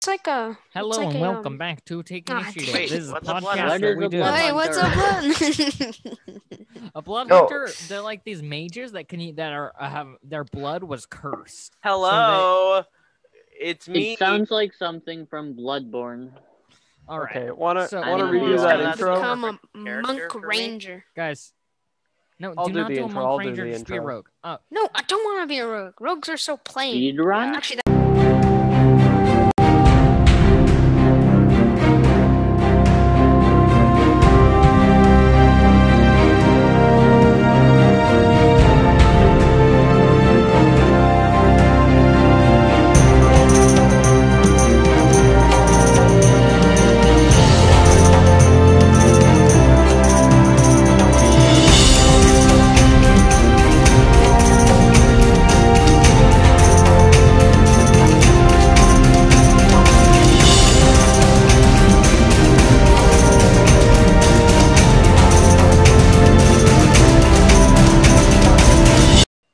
It's like a. Hello it's like and a, welcome um, back to Take ah, Initiative. Wait, this is a what's up, blood podcast hunter? that we do. Blood Hey, what's up, Lon? A blood No. hunter, they're like these mages that can eat that are uh, have their blood was cursed. Hello, it's me. It sounds like something from Bloodborne. All right, Okay, wanna So- wanna I need review to that know I'll that's intro? Become a character monk for me. ranger. guys. No, I'll do do not the do a intro, monk I'll do ranger. the just be a intro. rogue. Oh, No, I don't want to be a rogue. Rogues are so plain. Speedrun? Actually,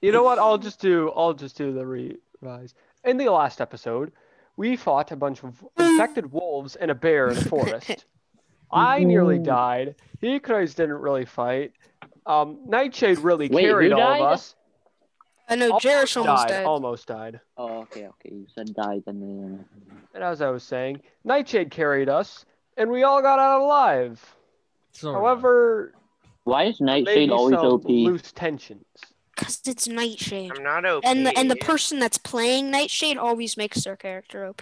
You know what? I'll just do I'll just do the revise. In the last episode, we fought a bunch of infected wolves and a bear in the forest. I nearly died. He guys didn't really fight. Um, Nightshade really Wait, who carried all died? of us. I know Jerish almost died, died. Almost died. Oh, okay, okay. You said died and then. And as I was saying, Nightshade carried us, and we all got out alive. sort of. However, Why is Hmm. Nightshade maybe always some OP? loose tensions. Because it's Nightshade. I'm not OP. And the, and the person that's playing Nightshade always makes their character OP.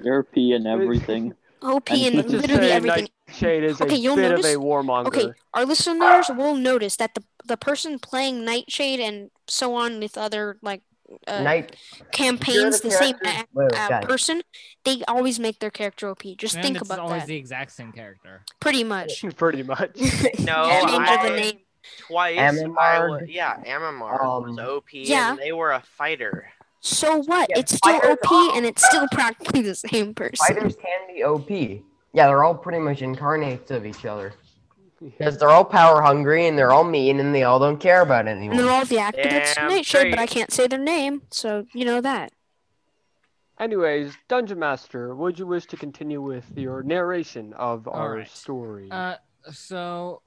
They're OP and everything. OP And and let's just literally say everything. Shade is Okay, a you'll bit notice- of a warmonger. Okay, our listeners will notice that the the person playing Nightshade and so on with other like uh, Night. campaigns, the same characters- a- Wait, uh, guys. person, they always make their character OP. Just And think it's about always that. the exact same character. Pretty much. Pretty much. No, and I- into the name. twice. I Amamar. wa- yeah, Amamar Um, was OP. yeah. and they were a fighter. So what? Yeah, it's still fighters OP are- and it's still practically the same person. Fighters can be OP. Yeah, they're all pretty much incarnates of each other. Because they're all power hungry and they're all mean and they all don't care about And they're anyone. all the activists Damn of Nightshade, straight. but I can't say their name, so you know that. Anyways, Dungeon Master, would you wish to continue with your narration of our right. story? Uh, so,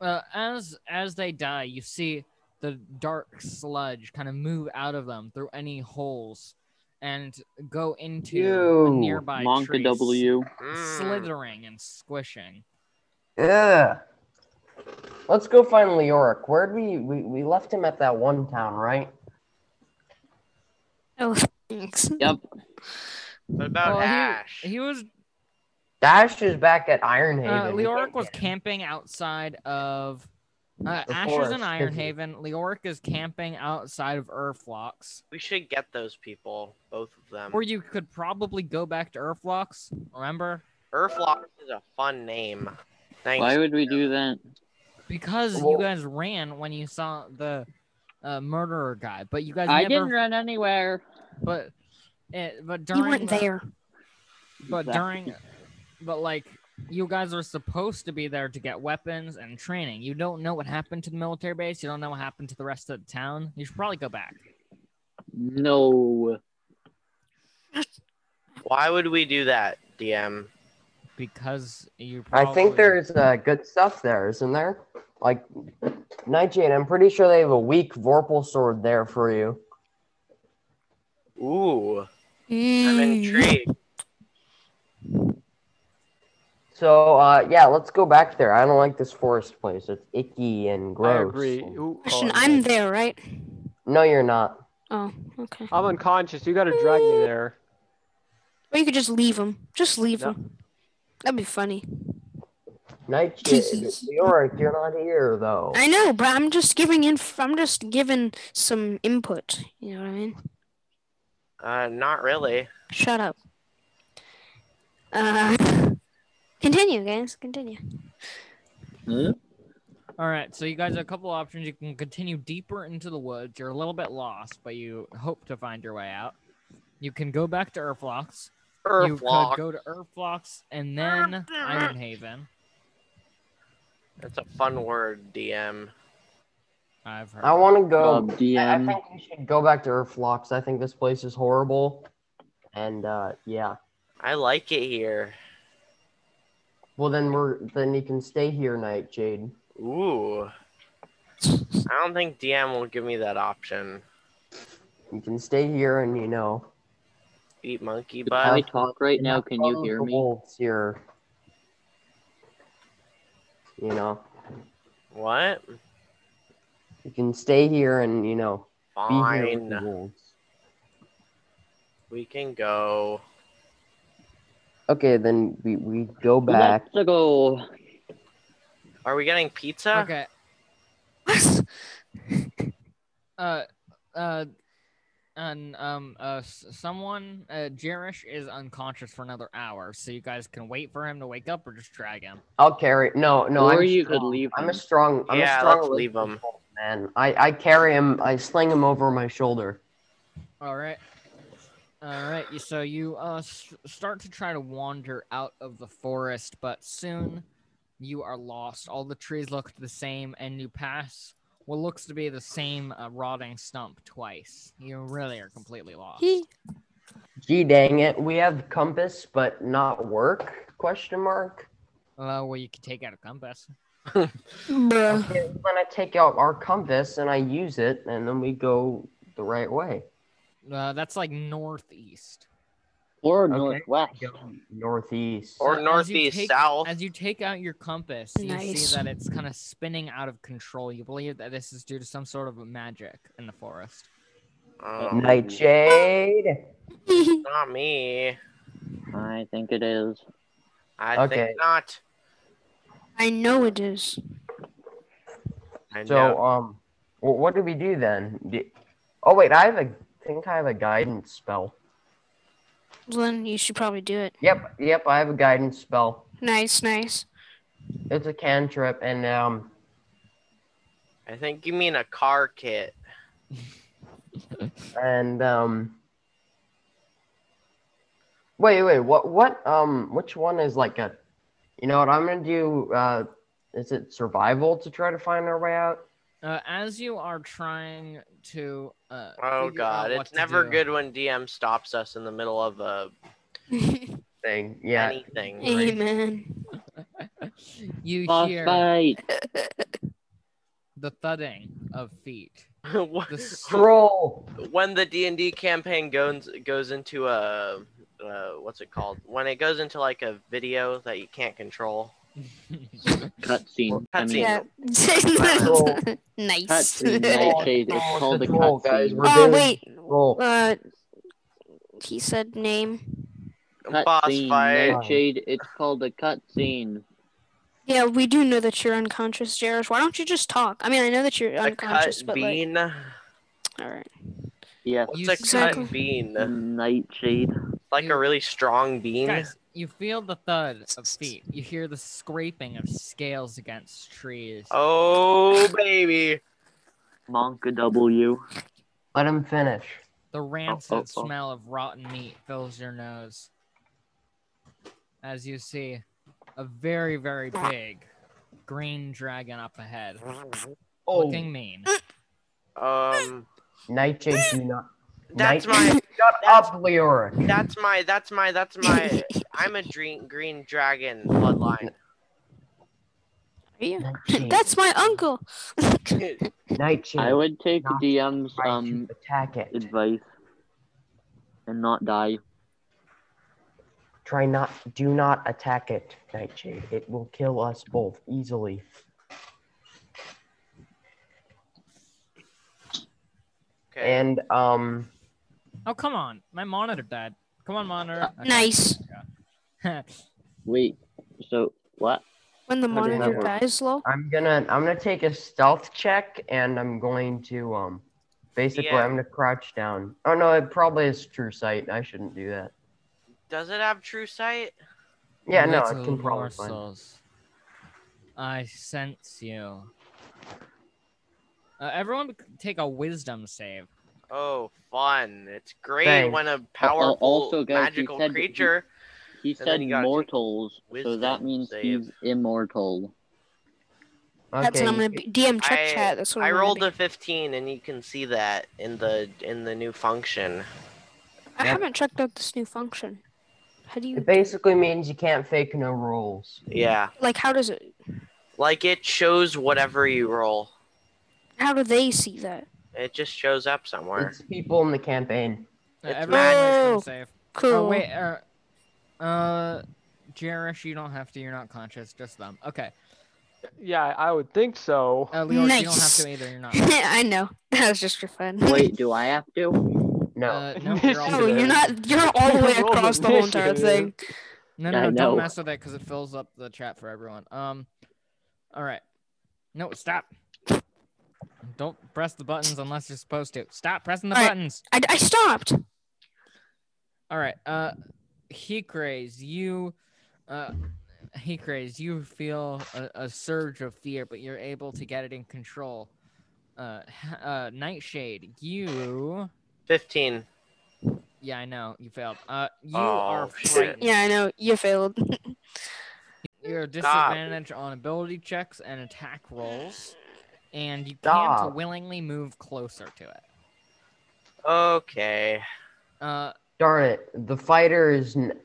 uh, as as they die, you see the dark sludge kind of move out of them through any holes and go into Ew. nearby Monka trees, W. Mm. slithering and squishing. Ugh. Let's go find Leoric. Where'd we, we we left him at that one town, right? Oh, thanks. Yep. What about Well, he- Ash? He was Dash is back at uh, Ironhaven. Leoric was camping outside of. Uh, The Ash is in forest, isn't he? Ironhaven. Leoric is camping outside of Urflox, we should get those people, both of them. or you could probably go back to Urflox. Remember, Urflox is a fun name. Thanks. Why would we do that? because you Well- guys ran when you saw the uh, murderer guy, but you guys I never. didn't run anywhere. But it, but You during weren't the- there. But Exactly. during, but like you guys are supposed to be there to get weapons and training. You don't know what happened to the military base. You don't know what happened to the rest of the town. You should probably go back. No. Why would we do that, DM? because you. I Probably... think there's uh, good stuff there, isn't there? Like Nightshade, I'm pretty sure they have a weak Vorpal sword there for you. Ooh, I'm Mm. intrigued. So uh, yeah, let's go back there. I don't like this forest place. It's icky and I gross. agree. Ooh, Question, oh, I'm there, right? No, you're not. Oh, okay. I'm unconscious. You gotta drag me there. Or you could just leave him. Just leave No. him. That'd be funny. Nightshade, Leoric, you're not here though. I know, but I'm just giving in. I'm just giving some input. You know what I mean? Uh, not really. Shut up. Uh, continue, guys. Continue. All right, so you guys have a couple options. You can continue deeper into the woods. You're a little bit lost, but you hope to find your way out. You can go back to Urflox. You could Urflox. go to Urflox and then Ironhaven. That's a fun word, DM. I've heard. I want to go. Um, Oh, I I DM. think we should go back to Urflox. I think this place is horrible. And uh, yeah. I like it here. Well, then we're then you can stay here, Nightshade. Ooh. I don't think DM will give me that option. You can stay here, and you know. Eat monkey If I butt. talk right now, not can you follow hear the me? Wolves here. You know, What? you can stay here, and you know, be here with the Fine. wolves. We can go. Okay, then we we go back. Let's go. Are we getting pizza? Okay. uh, uh, and um, uh, s- someone, uh, Jerish is unconscious for another hour, so you guys can wait for him to wake up or just drag him. I'll carry. No, no, or I'm you strong. could leave. I'm him. a strong. I'm Yeah, a strong let's leave Olympic him. wolf, Man, I I carry him. I sling him over my shoulder. All right. All right. you- So you uh s- start to try to wander out of the forest, but soon you are lost. All the trees look the same, and you pass what looks to be the same uh, rotting stump twice. You really are completely lost. He Gee dang it, we have compass, but not work? Question mark. Uh, well, you can take out a compass. bruh. Okay, when I take out our compass and I use it, and then we go the right way. Uh, that's like northeast. or Okay. northwest. Go northeast. Or So as you northeast, take- south. As you take out your compass, you Nice. see that it's kind of spinning out of control. You believe that this is due to some sort of magic in the forest. Um, Nightshade. Not me. I think it is. I Okay. think not. I know it is. I know. So um, wh- what do we do then? Do- oh wait, I have a think I have a guidance spell. Then you should probably do it. Yep, yep, I have a guidance spell. Nice, nice. It's a cantrip, and um, I think you mean a car kit. and um. Wait, wait, what, what, um, which one is like a, you know what I'm gonna do? Uh, is it survival to try to find our way out? Uh, as you are trying to, uh, Oh figure out god, what it's to never do- good when DM stops us in the middle of a Thing, yeah. anything. Amen. You Boss hear fight. the thudding of feet. What- The s- Troll. when the D and D campaign goes goes into a uh, what's it called? When it goes into like a video that you can't control. Cutscene. I mean, Yeah. Cutscene. Troll. nice. cutscene. Nightshade. Oh, It's called a it's a troll, guys. cutscene. We're oh doing wait. Troll. Uh, he said name. Boss Cutscene. fight. Nightshade. It's called a cutscene. Yeah, we do know that you're unconscious, Jairus. Why don't you just talk? I mean, I know that you're A cut unconscious, but like, bean. all right. Yes. What's You a Exactly. cut bean? Nightshade. Like a really strong bean. Guys, you feel the thud of feet. You hear the scraping of scales against trees. Oh baby. Monka W. Let him finish. The rancid oh. smell of rotten meat fills your nose as you see a very, very big green dragon up ahead, Oh, looking mean. Um. Nightshade, do not. That's Night- my. Shut that's- up, Leoric. That's my. That's my. That's my. I'm a dream, green dragon bloodline. Are you? Nightshade, That's my uncle. Nightshade. I would take Not DM's try to um attack it. advice and not die. Try not. Do not attack it, Nightshade. It will kill us both easily. Okay. And um, Oh, come on. My monitor died. Come on, Uh, monitor. Okay. Nice. Wait. So what? When the How does that monitor work? dies, lol. I'm gonna. I'm gonna take a stealth check, and I'm going to um. Basically, Yeah. I'm gonna crouch down. Oh no, it probably is true sight. I shouldn't do that. Does it have true sight? Yeah, no, Little it can probably find. morsels. I sense you. Uh, everyone, bec- take a wisdom save. Oh, fun! It's great Thanks. when a powerful also, guys, he magical said he- creature. He then said you gotta take mortals, so that wisdom means save. he's immortal. That's Okay, what I'm gonna be. DM check I- chat. That's what I I'm rolled gonna a 15, and you can see that in the in the new function. I haven't checked out this new function. How do you It basically means you can't fake no rules. Yeah. like? How does it? Like it shows whatever you roll. How do they see that? It just shows up somewhere. It's people in the campaign. Uh, It's- everyone Oh. makes them safe. Cool. Oh wait, uh, uh, Jerish, you don't have to. You're not conscious. Just them. Okay. Yeah, I would think so. Uh, Leo, you don't have Nice. to either. You're not. I know. That was just for fun. Wait, do I have to? No. Uh, no, you're all no, good. Oh, you're not. You're all the way Roll across the whole entire initiative. thing. No, I no, no don't know. mess with it because it fills up the chat for everyone. Um, all right. No, stop. Don't press the buttons unless you're supposed to. Stop pressing the All right. buttons. I, I stopped. All right. Uh, Hikres, you, uh, Hikres, you feel a, a surge of fear, but you're able to get it in control. Uh, h- uh, Nightshade, you. Fifteen. Yeah, I know you failed. Uh, you Oh, are shit. frightened. Yeah, I know. You failed. You're Stop. disadvantaged on ability checks and attack rolls, and you Stop. can't willingly move closer to it. Okay. Uh, Darn it. The fighter is. N-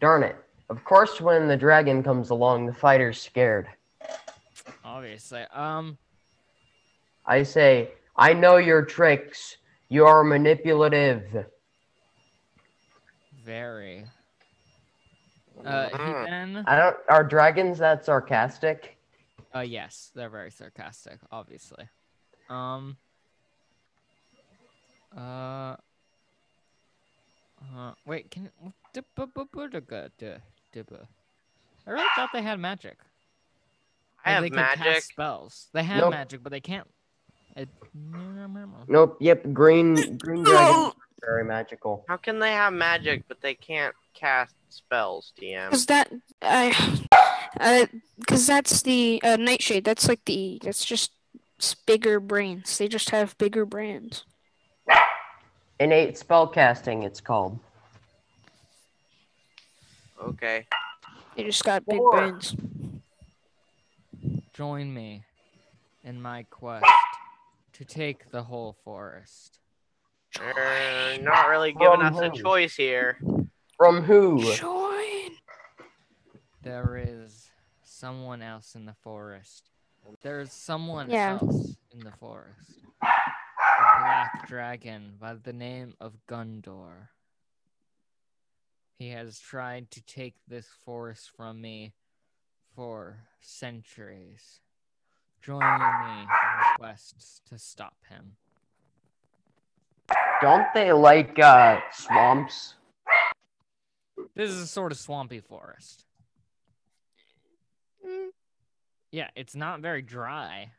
Darn it. Of course, when the dragon comes along, the fighter's scared. obviously. Um, I say, I know your tricks. You are manipulative. very. Uh, he Mm. then. I don't. Are dragons that sarcastic? Uh, yes, they're very sarcastic, obviously. Um. Uh. Uh. Wait, can I really thought they had magic. I Like, have they could cast magic. spells. They have Nope. magic, but they can't. uh, I- Nope. Yep. Green. Green dragons No, are Very magical. How can they have magic but they can't cast spells, DM? because that I, because that's the uh, nightshade. That's like the. That's just it's bigger brains. They just have bigger brains. Innate spell casting. It's called. Okay. They just got big Four. brains. Join me in my quest to take the whole forest. They're not really giving us a From who? choice here. From who? Join. There is someone else in the forest. There is someone Yeah. else in the forest. A black dragon by the name of Gundor. He has tried to take this forest from me for centuries. Join me in the quest to stop him. Don't they like uh, swamps? This is a sort of swampy forest. Yeah, it's not very dry.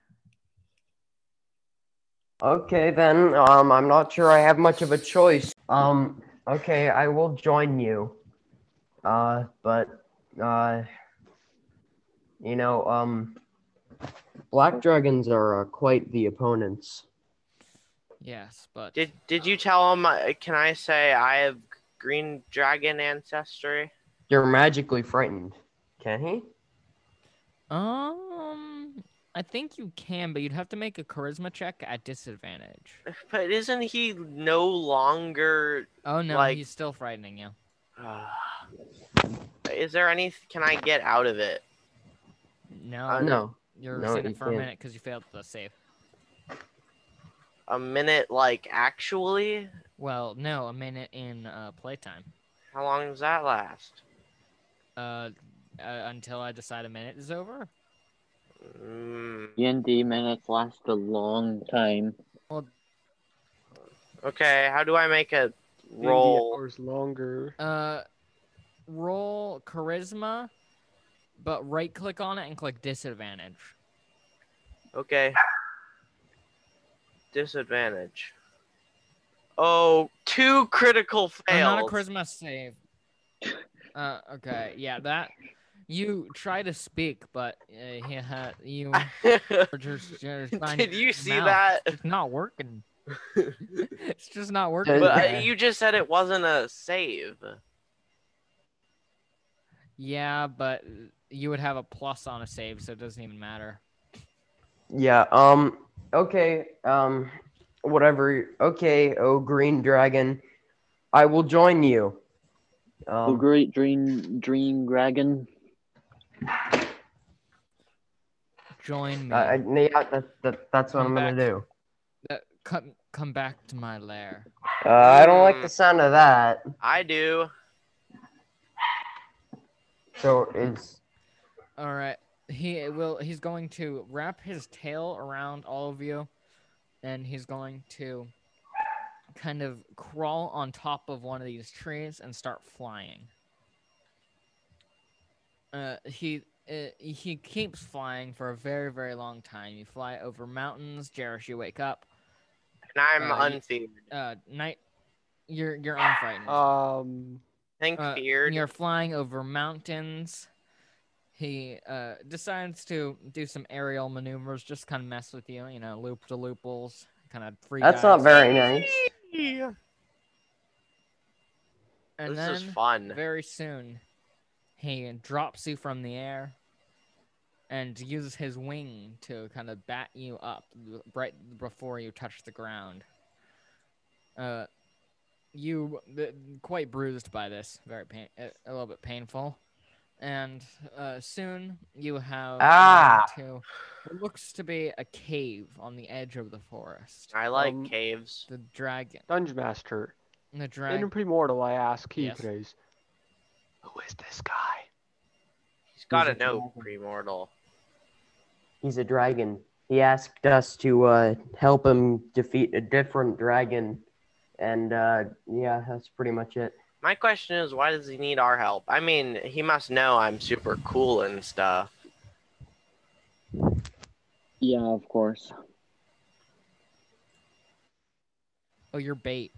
Okay then. Um, I'm not sure I have much of a choice. Um, okay, I will join you. Uh, but uh, you know, um, black dragons are uh, quite the opponents. Yes, but Did did you tell him? uh, Can I say I have green dragon ancestry? You're magically frightened. Can he? Um, I think you can, but you'd have to make a charisma check at disadvantage. But isn't he no longer? Oh no, Like- he's still frightening you. is there any? Can I get out of it? No, Uh, No. you're no, sitting you for a can't. minute because you failed the save. A minute, like actually? Well, no, a minute in uh, playtime. How long does that last? Uh, uh, until I decide a minute is over. Mm, D&D minutes last a long time. okay. How do I make a roll? hours longer. Uh, roll charisma, but right click on it and click disadvantage. Okay. Disadvantage. Oh, two critical Uh, fails. not a charisma save. Uh, okay, yeah, that you try to speak, but uh, he ha- you are just, you're fine. Did you see mouth. that? It's not working. it's just not working. Does- But uh, Okay. you just said it wasn't a save. yeah, but you would have a plus on a save, so it doesn't even matter. Yeah. Um. Okay. Um. Whatever. Okay. Oh, green dragon. I will join you. Um, the great dream, dream dragon. Join me. I, I, yeah, that, that, that's what I'm Come gonna back. do. Uh, come, come back to my lair. Uh, I don't like Hmm. the sound of that. I do. So it's All right. He will. He's going to wrap his tail around all of you, and he's going to kind of crawl on top of one of these trees and start flying. Uh, he uh, he keeps flying for a very very long time. You fly over mountains. Jerish, you wake up. And I'm Uh, you- unfeared. Uh, night. You're you're unfrightened. Um, Thank Uh, feared. You're flying over mountains. He uh, decides to do some aerial maneuvers, just kind of mess with you, you know, loop to looples, kind of free. that's dives. not very nice. And this then is fun. very soon, he drops you from the air and uses his wing to kind of bat you up right before you touch the ground. Uh, you th- quite bruised by this, very pain, a a little bit painful, and uh, soon you have Ah. gone to what looks to be a cave on the edge of the forest. I like um, caves. The dragon, Dungeon Master, the in dragon, Primordial, I ask you Yes. guys, who is this guy? He's got a a note, dragon. premortal. He's a dragon. He asked us to uh, help him defeat a different dragon, and uh, yeah, that's pretty much it. My question is, why does he need our help? I mean, he must know I'm super cool and stuff. Yeah, of course. oh, your bait.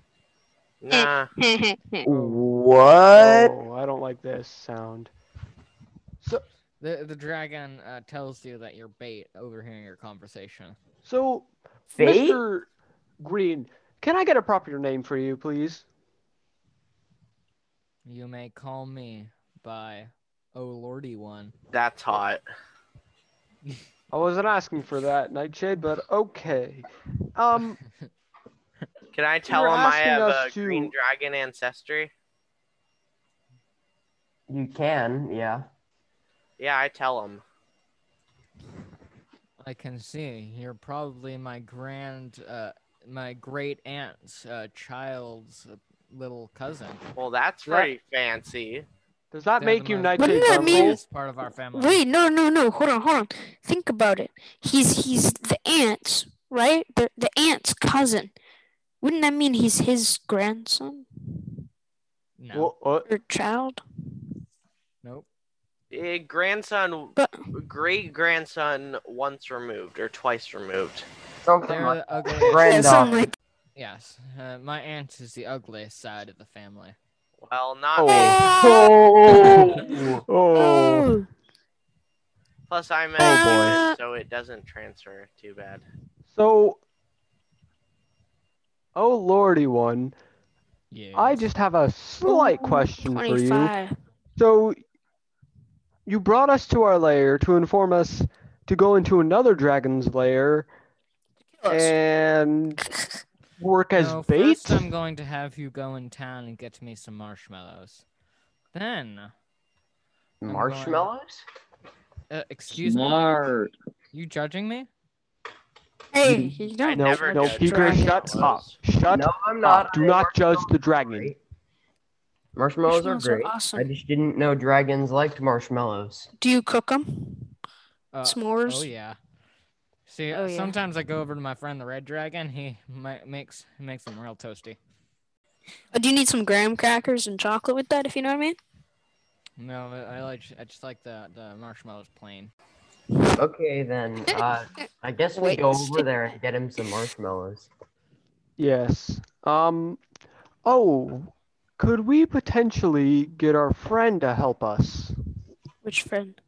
Nah. Hmm. What? Oh, I don't like this sound. The the dragon uh, tells you that you're bait overhearing your conversation. So, Fate? Mr. Green, can I get a proper name for you, please? You may call me by Oh Lordy One. That's hot. I wasn't asking for that, Nightshade, but okay. Um, Can I tell You're him I asking have us a green to- dragon ancestry? You can, yeah. Yeah, I tell him. I can see you're probably my grand, uh, my great aunt's uh, child's uh, little cousin. Well, that's That- pretty fancy. does that They're make the you most- Nightshade Wouldn't that mean- Gumball? Biggest part of our family. Wait, no, no, no. Hold on, hold on. Think about it. He's he's the aunt's, right? The the aunt's cousin. Wouldn't that mean he's his grandson No. Well, uh, or child? nope. Eh, grandson, But great grandson once removed or twice removed. Something They're like the ugly. yeah, something granddaughter. like Yes. Uh, my aunt is the ugliest side of the family. Well, not Oh. me. Oh. oh, oh. Plus, I'm a Oh, human, so it doesn't transfer. Too bad. so. Oh, lordy, one. Yeah. I just have a slight question for you. 25. So, you brought us to our lair to inform us to go into another dragon's lair Kill us. and work as No, bait. First I'm going to have you go in town and get me some marshmallows. Then, Marshmallows? uh, excuse me, Smart. you judging me? Hey, you I don't No, never no, judge Peter, dragons. shut up. Shut No, I'm up. not. Do not judge the dragon. Great. Marshmallows are Marshmallows are great. awesome. I just didn't know dragons liked marshmallows. Do you cook them? Uh, S'mores? Oh yeah. See, Oh, yeah. sometimes I go over to my friend the Red Dragon. He mi- makes makes them real toasty. Uh, do you need some graham crackers and chocolate with that, if you know what I mean? No, I I like I just like the the marshmallows plain. Okay, then. Uh, I guess we Wait, go over stick- there and get him some marshmallows. Yes. Um. Oh, could we potentially get our friend to help us? Which friend?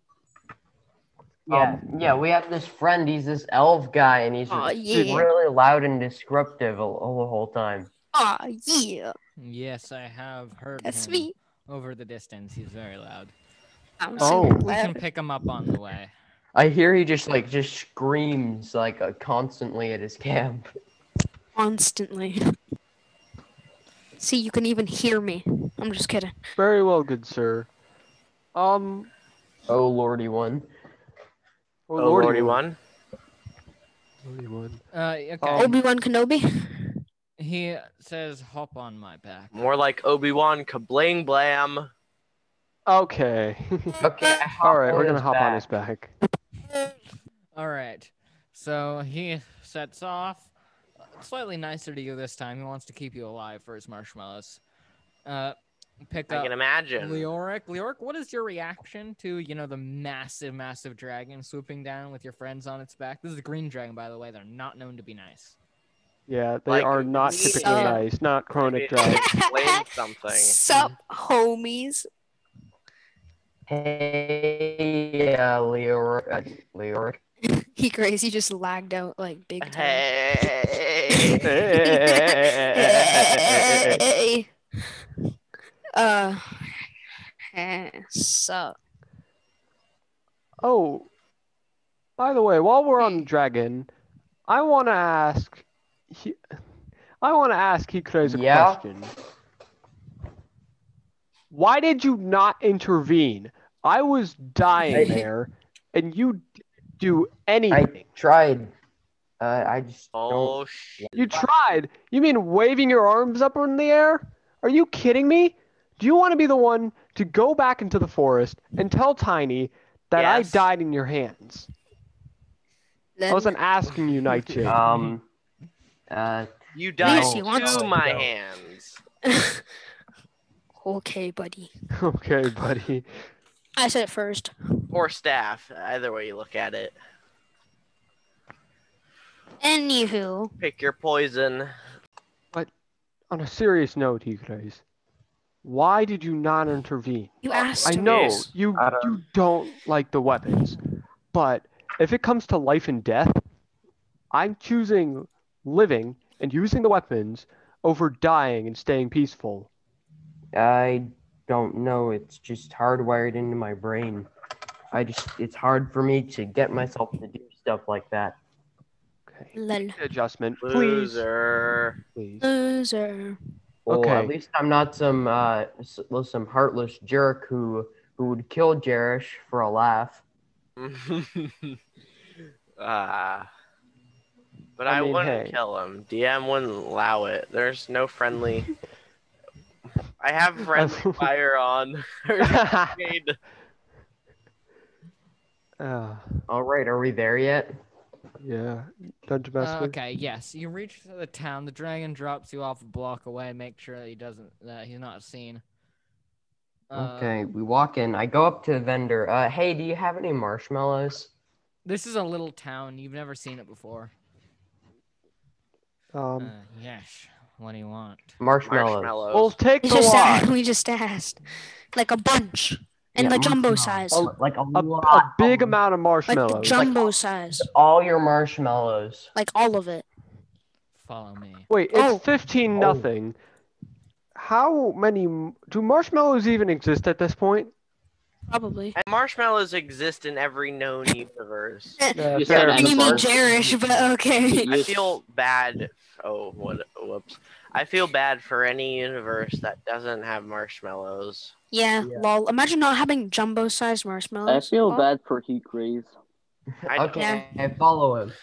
Yeah, yeah, we have this friend. He's this elf guy, and he's Aw, he's yeah. really loud and disruptive all, all the whole time. Ah, yeah, Yes, I have heard that's him me. over the distance. He's very loud. I'm Oh. singing We can loud. pick him up on the way. I hear he just like just screams like uh, constantly at his camp. constantly. See, you can even hear me. I'm just kidding. Very well, good sir. Um, Oh lordy one. oh, Oh, lordy, Lordy one. one. Lordy one. Uh, okay. Oh. Obi Wan Kenobi. He says, "Hop on my back." More like Obi Wan Kablang Blam. Okay. Okay. All right, we're on gonna his hop on back. his back. All right. So he sets off. Slightly nicer to you this time. He wants to keep you alive for his marshmallows. Uh, pick I up can imagine. Leoric. Leoric, what is your reaction to you know the massive, massive dragon swooping down with your friends on its back? This is a green dragon, by the way. They're not known to be nice. Yeah, they Like, are not typically so- nice. Not chronic Maybe drive. Explain something. Sup, homies. Hey, uh, Leoric. Uh, Leoric. He crazy just lagged out like big time. Hey. hey. Uh, so Oh, by the way, while we're on Dragon, I want to ask. He, I want to ask Hikres a Yeah? question. Why did you not intervene? I was dying I- there, and you didn't do anything. I tried. Uh, I just Oh shit. You tried. You mean waving your arms up in the air? Are you kidding me? Do you want to be the one to go back into the forest and tell Tiny that I Yes. died in your hands? I then wasn't asking you, Nightshade. don't. Um. Uh. You died Yes, to he wants to. my hands. okay, buddy. Okay, buddy. I said it first. Or staff, either way you look at it. Anywho, Pick your poison. On a serious note, you guys, why did you not intervene? you asked. I him. know Yes, you I don't- you don't like the weapons, but if it comes to life and death, I'm choosing living and using the weapons over dying and staying peaceful. I don't know. It's just hardwired into my brain. I just. It's hard for me to get myself to do stuff like that. Okay. Lol. Adjustment, please. Loser. Please. Loser. Well, Okay. at least I'm not some uh s- well, some heartless jerk who who would kill Jerish for a laugh. Ah. but I, I mean, wouldn't hey. kill him. DM wouldn't allow it. There's no friendly. I have friendly fire on. Ah, All right, are we there yet? yeah. Dungeon Uh, Master. okay. Yes. You reach the town. The dragon drops you off a block away. Make sure that he doesn't. That he's not seen. Uh, Okay, we walk in. I go up to the vendor. Uh, hey, do you have any marshmallows? This is a little town. You've never seen it before. Um, uh, yes. What do you want? Marshmallows. Marshmallows. we'll take We the just lot. asked. We just asked, like a bunch, and Yeah, the jumbo marshmallows. size, A- like a, A, lot, a big of amount of like the marshmallows. jumbo size, all your marshmallows. like all of it. Follow me. Wait, it's Oh. 15 Oh. nothing. How many m- do marshmallows even exist at this point? Probably. And marshmallows exist in every known universe. Eh, You fair said enough. And you mean Xbox. Jerish, but okay. I feel bad. Oh, what? Whoops. I feel bad for any universe that doesn't have marshmallows. Yeah, lol. Imagine not having jumbo sized I marshmallows. feel Well, bad for Heat Rays. I don't- Okay, follow him.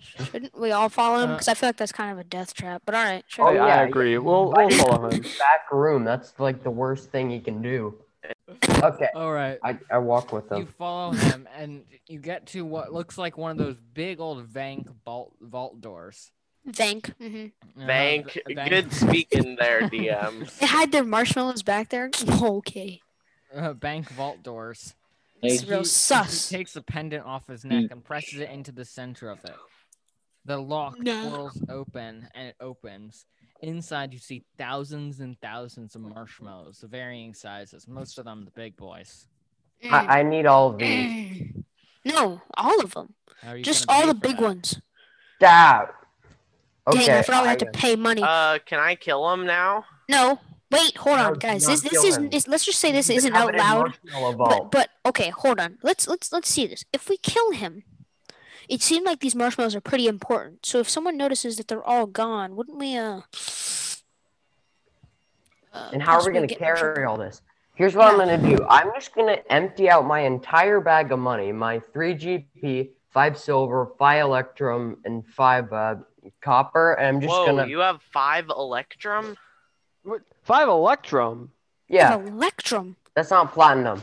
Shouldn't we all follow him? Uh, Because I feel like that's kind of a death trap. But all right, sure. I, Oh, yeah, I yeah. agree. We'll, Why we'll did- follow him. Back room. That's like the worst thing you can do. Okay, All right. I, I walk with You them. follow him, and you get to what looks like one of those big old bank vault vault doors. Thank. hmm Uh, Bank, v- bank- good speaking there, DM. They hide their marshmallows back there. Okay. uh, bank vault doors. Hey, It's real he- sus. He takes the pendant off his neck and presses it into the center of it. The lock No. swirls open and it opens. Inside, you see thousands and thousands of marshmallows, of varying sizes. Most of them the big boys. Mm, I, I need all of these. mm. No, all of them. How are you Just gonna all pay the for big that? ones. Stop. Okay. Dang, I forgot we had to I- pay money. Uh, can I kill him now? no, wait, hold No, on, guys. do This not this kill isn't. him. Let's just say this You isn't have out it in loud. Marshmallow But, vault. but okay, hold on. Let's let's let's see this. If we kill him, it seemed like these marshmallows are pretty important. So if someone notices that they're all gone, wouldn't we uh Uh, And how are we possibly going to get in trouble. carry all this? Here's what I'm going to do. I'm just going to empty out my entire bag of money, my 3 GP, 5 silver, 5 electrum, and 5 uh, copper. And I'm just Whoa, going to. you have five Electrum? What? Five Electrum? Yeah, An Electrum. that's not platinum.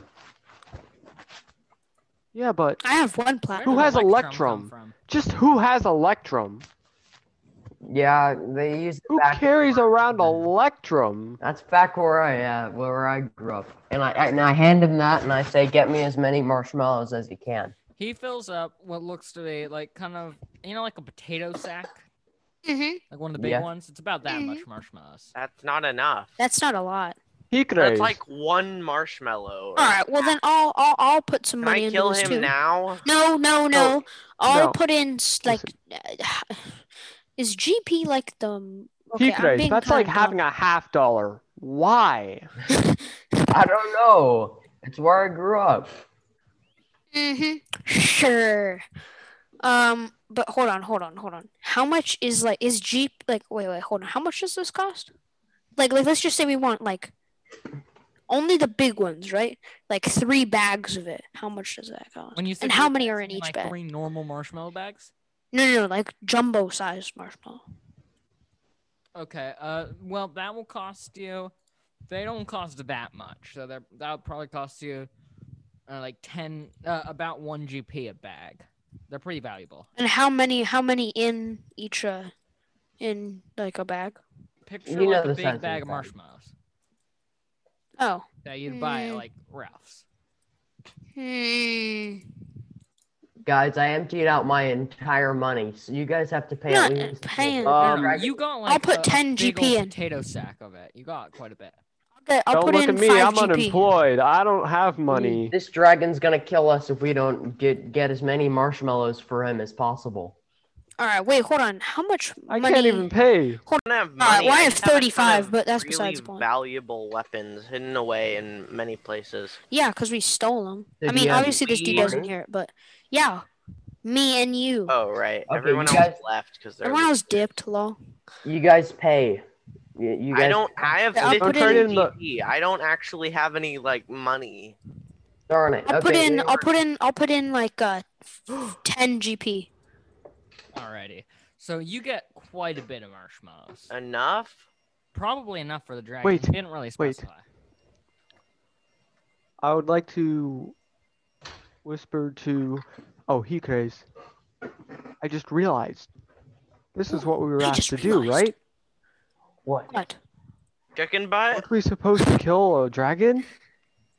Yeah, but I have one platinum. Who has Electrum come Electrum? from? just who has Electrum? Yeah, they use. Who back- carries around Electrum? That's back where I at, where I grew up. And I and I hand him that, and I say, "Get me as many marshmallows as you can." He fills up what looks to be like kind of you know like a potato sack, Mm-hmm. like one of the big Yeah. ones. It's about that Mhm. much marshmallows. That's not enough. That's not a lot. He That's carries. like one All marshmallow. right. Well, then I'll I'll, I'll put some Can money I into kill this him too. now? No, no, no. I'll Oh, no. put in s- like. uh, Is GP like the? m- he Okay, I'm carries. being That's like kinda dumb. having a half dollar. Why? I don't know. It's where I grew up. Mm-hmm. Sure. Um, but hold on, hold on, hold on. How much is like is Jeep like wait wait hold on. How much does this cost? Like like let's just say we want like only the big ones, right? Like three bags of it. How much does that cost? When you And think how of- many are in you mean, each like bag? three normal marshmallow bags? No, no, no, like jumbo sized marshmallow. Okay. Uh, well, that will cost you. They don't cost that much, so that that'll probably cost you uh, like ten, uh, about one GP a bag. They're pretty valuable. And how many how many in each uh in like a bag? Picture You know like a the big size bag of the of bag. marshmallows Oh. that you'd buy at, Mm. like Ralph's. Hmm. Guys, I emptied out my entire money, so you guys have to pay Not at least. paying. No, Um, no, you got like uh, I'll put a 10 big GP old in. potato sack of it. You got quite a bit. Okay, I'll don't put look in at me. five I'm GP. unemployed. I don't have money. This dragon's gonna kill us if we don't get get as many marshmallows for him as possible. All right, wait, hold on. How much I money? can't even pay. I don't have All right, money. well, I have just a ton 35, of but that's really besides the point. valuable weapons hidden away in many places. Yeah, because we stole them. Did I mean, he have obviously this dude weed? doesn't hear it, but yeah, me and you. Oh right, Okay, everyone you else guys- left because they're. Everyone else dipped, lol. You guys pay. You, you guys. I don't. I have I'll put 15 in the- GP. I don't actually have any like money. Darn it. I'll put Okay, in. we I'll put in. I'll put in like uh, ten GP. Alrighty. So you get quite a bit of marshmallows. Enough. Probably enough for the dragon. Wait, He didn't really wait. specify. I would like to whisper to. Oh, he carries. I just realized. This is what we were I asked just to do, realized. right? What? What? Chicken butt. Aren't we supposed to kill a dragon?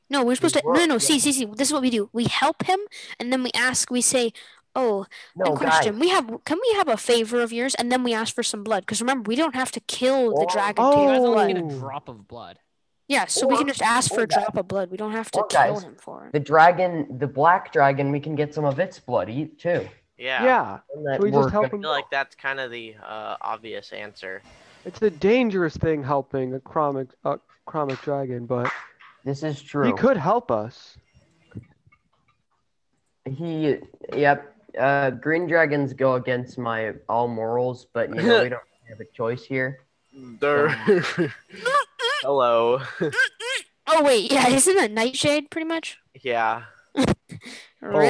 No, we're supposed to. No, were- no. yeah. See, see, see. This is what we do. We help him, and then we ask. We say, "Oh, No, good guys. question. We have. Can we have a favor of yours?" And then we ask for some blood, because remember, we don't have to kill the Or- dragon Oh. to You get guys only blood. get a Oh. drop of blood. Yeah, so we can Or- just ask for or a guys- drop of blood. We don't have to or kill guys, him for it. The dragon, the black dragon, we can get some of its blood e- too. Yeah. And that Can we just we're help I gonna- feel like that's kind of the uh, obvious answer. It's a dangerous thing helping a chromic, a chromic dragon, but This is true. he could help us. He, yep. Uh, green dragons go against my all morals, but you know we don't have a choice here. Hello. Oh wait, yeah, isn't that Nightshade pretty much? yeah. Rip.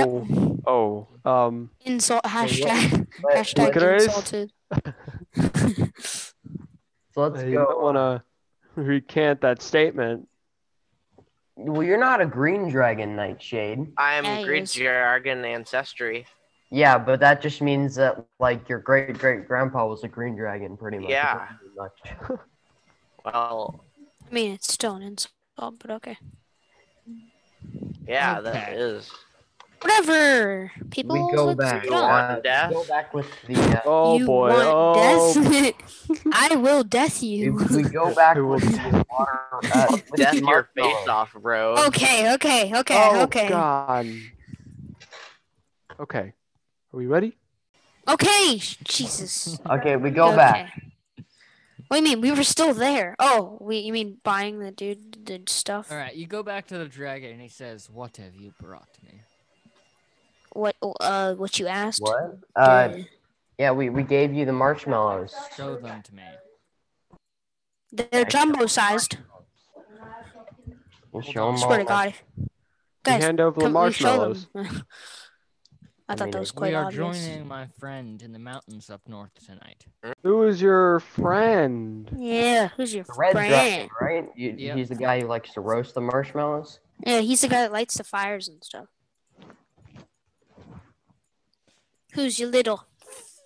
Oh, oh. Um, Insult Hey, what- hashtag But hashtag Look at hers. insulted. So let's you might go. want to recant that statement. Well, you're not a green dragon, Nightshade. I am Yeah, he Great is. Dragon Ancestry. Yeah, but that just means that like your great great grandpa was a green dragon, pretty much. Yeah. Pretty much. Well, I mean, it's still an insult, but okay. yeah, that Okay. is. Whatever. We People, go let's back. get on. Uh, Death. go back with the. Uh, Oh you boy. want oh. death? I will death we, you. uh, we go back We will with the water. Uh, with Death the your marshmallow. face off, bro. okay, okay, okay, oh, okay, God. Okay. Are we ready? okay. Jesus. Okay, we go okay. back. What do you mean? We were still there. Oh, we you mean buying the dude the stuff? All right, you go back to the dragon and he says, "What have you brought me?" What uh what you asked? What? Uh, Yeah. yeah, we, we gave you the marshmallows. Show them to me. They're jumbo sized. We'll show 'em Swear to all. God. You Guys, hand over the come we show them. marshmallows. I I thought mean, that was quite We are obvious. joining my friend in the mountains up north tonight. Who is your friend? Yeah, who's your The red friend? dragon, right? You, Yeah. He's the guy who likes to roast the marshmallows. Yeah, he's the guy that lights the fires and stuff. Who's your little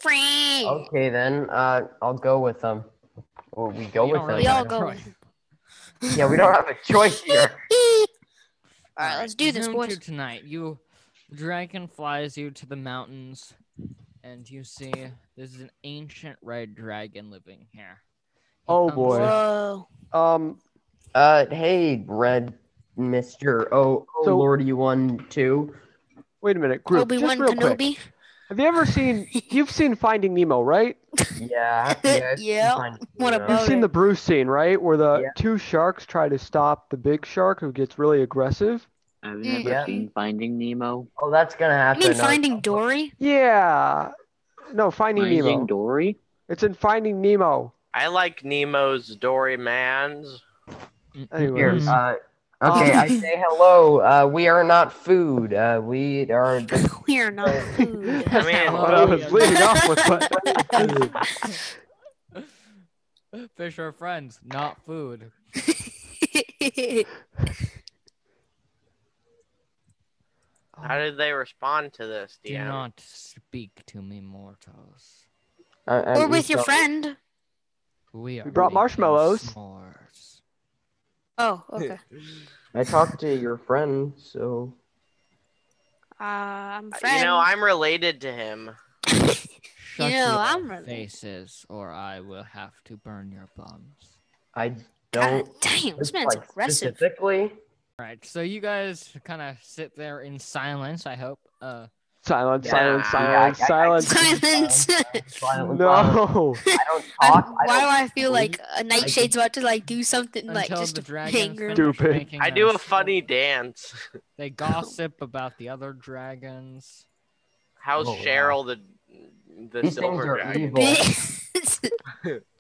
friend? Okay, then uh, I'll go with them. Well, we go We with don't them. really We all have a go. choice. Yeah, we don't have a choice here. All right, let's do this, Zoom Uh, to boys. tonight. You dragon flies you to the mountains, and you see there's an ancient red dragon living here. He Oh, comes- boy. Whoa. Um, Uh, hey, Red Mister. Oh, oh So- Lordy, one, two. wait a minute, group. Obi just Wan real quick. Kenobi. Have you ever seen? You've seen Finding Nemo, right? Yeah. Yeah. it's Yeah, fine. what Yeah. about- You've Oh, seen yeah. the Bruce scene, right, where the Yeah. two sharks try to stop the big shark who gets really aggressive. I've Mm. never Yeah. seen Finding Nemo. Oh, that's gonna I happen. mean, uh, Finding Dory. Yeah. No, Finding Finding Nemo. Dory. It's in Finding Nemo. I like Nemo's Dory Man's. Here, Anyways, uh, okay, I say hello. Uh, we are not food. Uh, we are. The, We are not food. that's I mean- not what I was leading off with, but Fish are friends, not food. How did they respond to this, Do DM? not speak to me, mortals. I- I'm or with your so- friend. We are brought making marshmallows. s'mores. Oh, okay. I talked to your friend, so Uh, I'm friend. You know, I'm related to him. Shut know, your I'm really- faces, or I will have to burn your bums. I God don't. Ah, damn, this Just, man's like, aggressive. Specifically, All right, so you guys kind of sit there in silence. I hope. Uh, silence, Yeah, silence, I- silence, I- I- silence. Silence. silent, silent. No. I don't I'm- talk. I why do don't I feel believe- like a nightshade's about to like do something like until just the to dragon anger? finish Dude. Stupid. making I do their a funny dance. They gossip about the other dragons. How's Oh, wow. Cheryl the the These things silver are dragon? evil.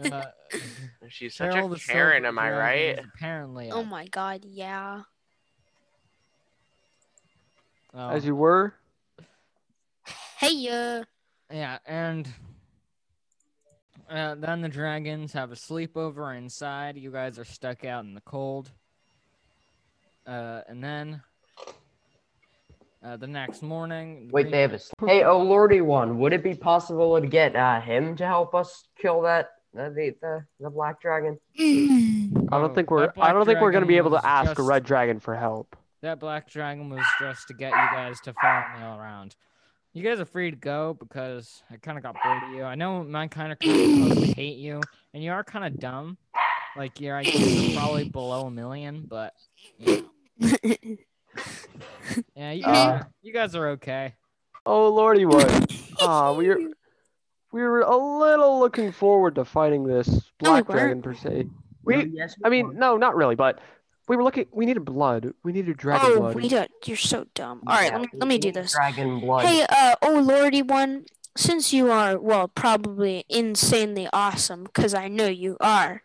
Uh, She's such Carol a the Karen, Silver am I Dragon right? is Apparently, oh my god, yeah. uh, As you were. Hey, uh, yeah, and uh, then the dragons have a sleepover inside. You guys are stuck out in the cold. Uh, and then uh, the next morning, the Wait, they have a. Hey, oh lordy, one. Would it be possible to get uh, him to help us kill that uh, the, the the black dragon? I Oh, don't think we're. that I black don't think we're gonna be dragon able to was ask a just- red dragon for help. That black dragon was just to get you guys to follow me all around. You guys are free to go because I kind of got bored of you. I know mine kind of hate you, and you are kind of dumb. Like your IQ is probably below a million, but you know. yeah, you, guys Uh. are, you guys are okay. Oh lordy, what? Ah, we Oh, we're we were a little looking forward to fighting this No, we black dragon per se. No, We, yes, we I mean, won't. no, not really, but we were looking. We needed blood. We needed dragon oh, blood. we don't. You're so dumb. All right, Yeah, let me we let me do need this. Dragon blood. Hey, uh, oh lordy one, since you are, well, probably insanely awesome, because I know you are,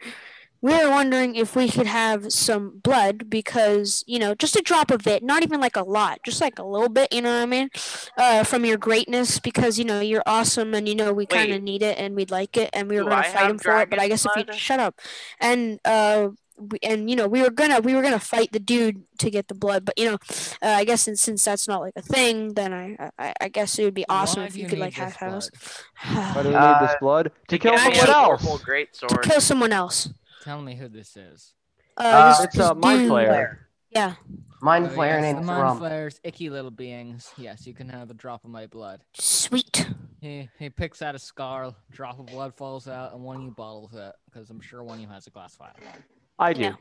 we're wondering if we could have some blood, because, you know, just a drop of it, not even like a lot, just like a little bit, you know what I mean? Uh, from your greatness, because, you know, you're awesome, and, you know, we kind of Wait. need it, and we'd like it, and we were Do going I to fight have him for it, but I dragon guess if you, blood? shut up. And, uh, we, and you know we were gonna we were gonna fight the dude to get the blood but you know uh, I guess since, since that's not like a thing, then I I, I guess it would be awesome Why if do you could need like half this have us blood? Why do we Uh, need this blood to kill Get me someone a else? purple great to sword. kill someone else. Tell me who this is. Uh, Uh, this- It's this a mind dude- flayer. Yeah, Mind Oh, flayer yes, the named mind Rum. flayers, icky little beings. Yes, you can have a drop of my blood. sweet. He he picks out a scar, drop of blood falls out, and one of you bottles it because I'm sure one of you has a glass vial. I do. Yeah.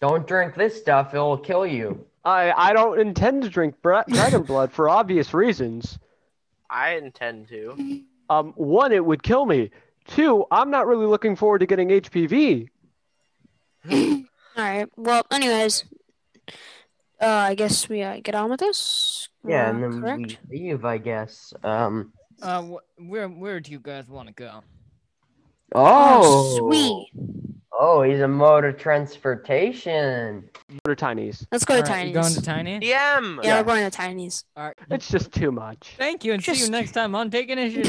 Don't drink this stuff; it'll kill you. Uh-huh, I I don't intend to drink bra- dragon blood for obvious reasons. I intend to. Um, one, it would kill me. Two, I'm not really looking forward to getting HPV. All right. Well, anyways, uh, I guess we uh, get on with this. Yeah, Uh, and then correct. we leave, I guess. Um. Uh, wh- where where do you guys want to go? Oh, sweet. Oh, he's a mode of transportation. What are tinies? Let's go to Alright, you Tiny's. going to Tiny? DM. yeah, we're going to Tiny's. All right. It's just too much. Thank you, and see you Just- next time on Take Initiative.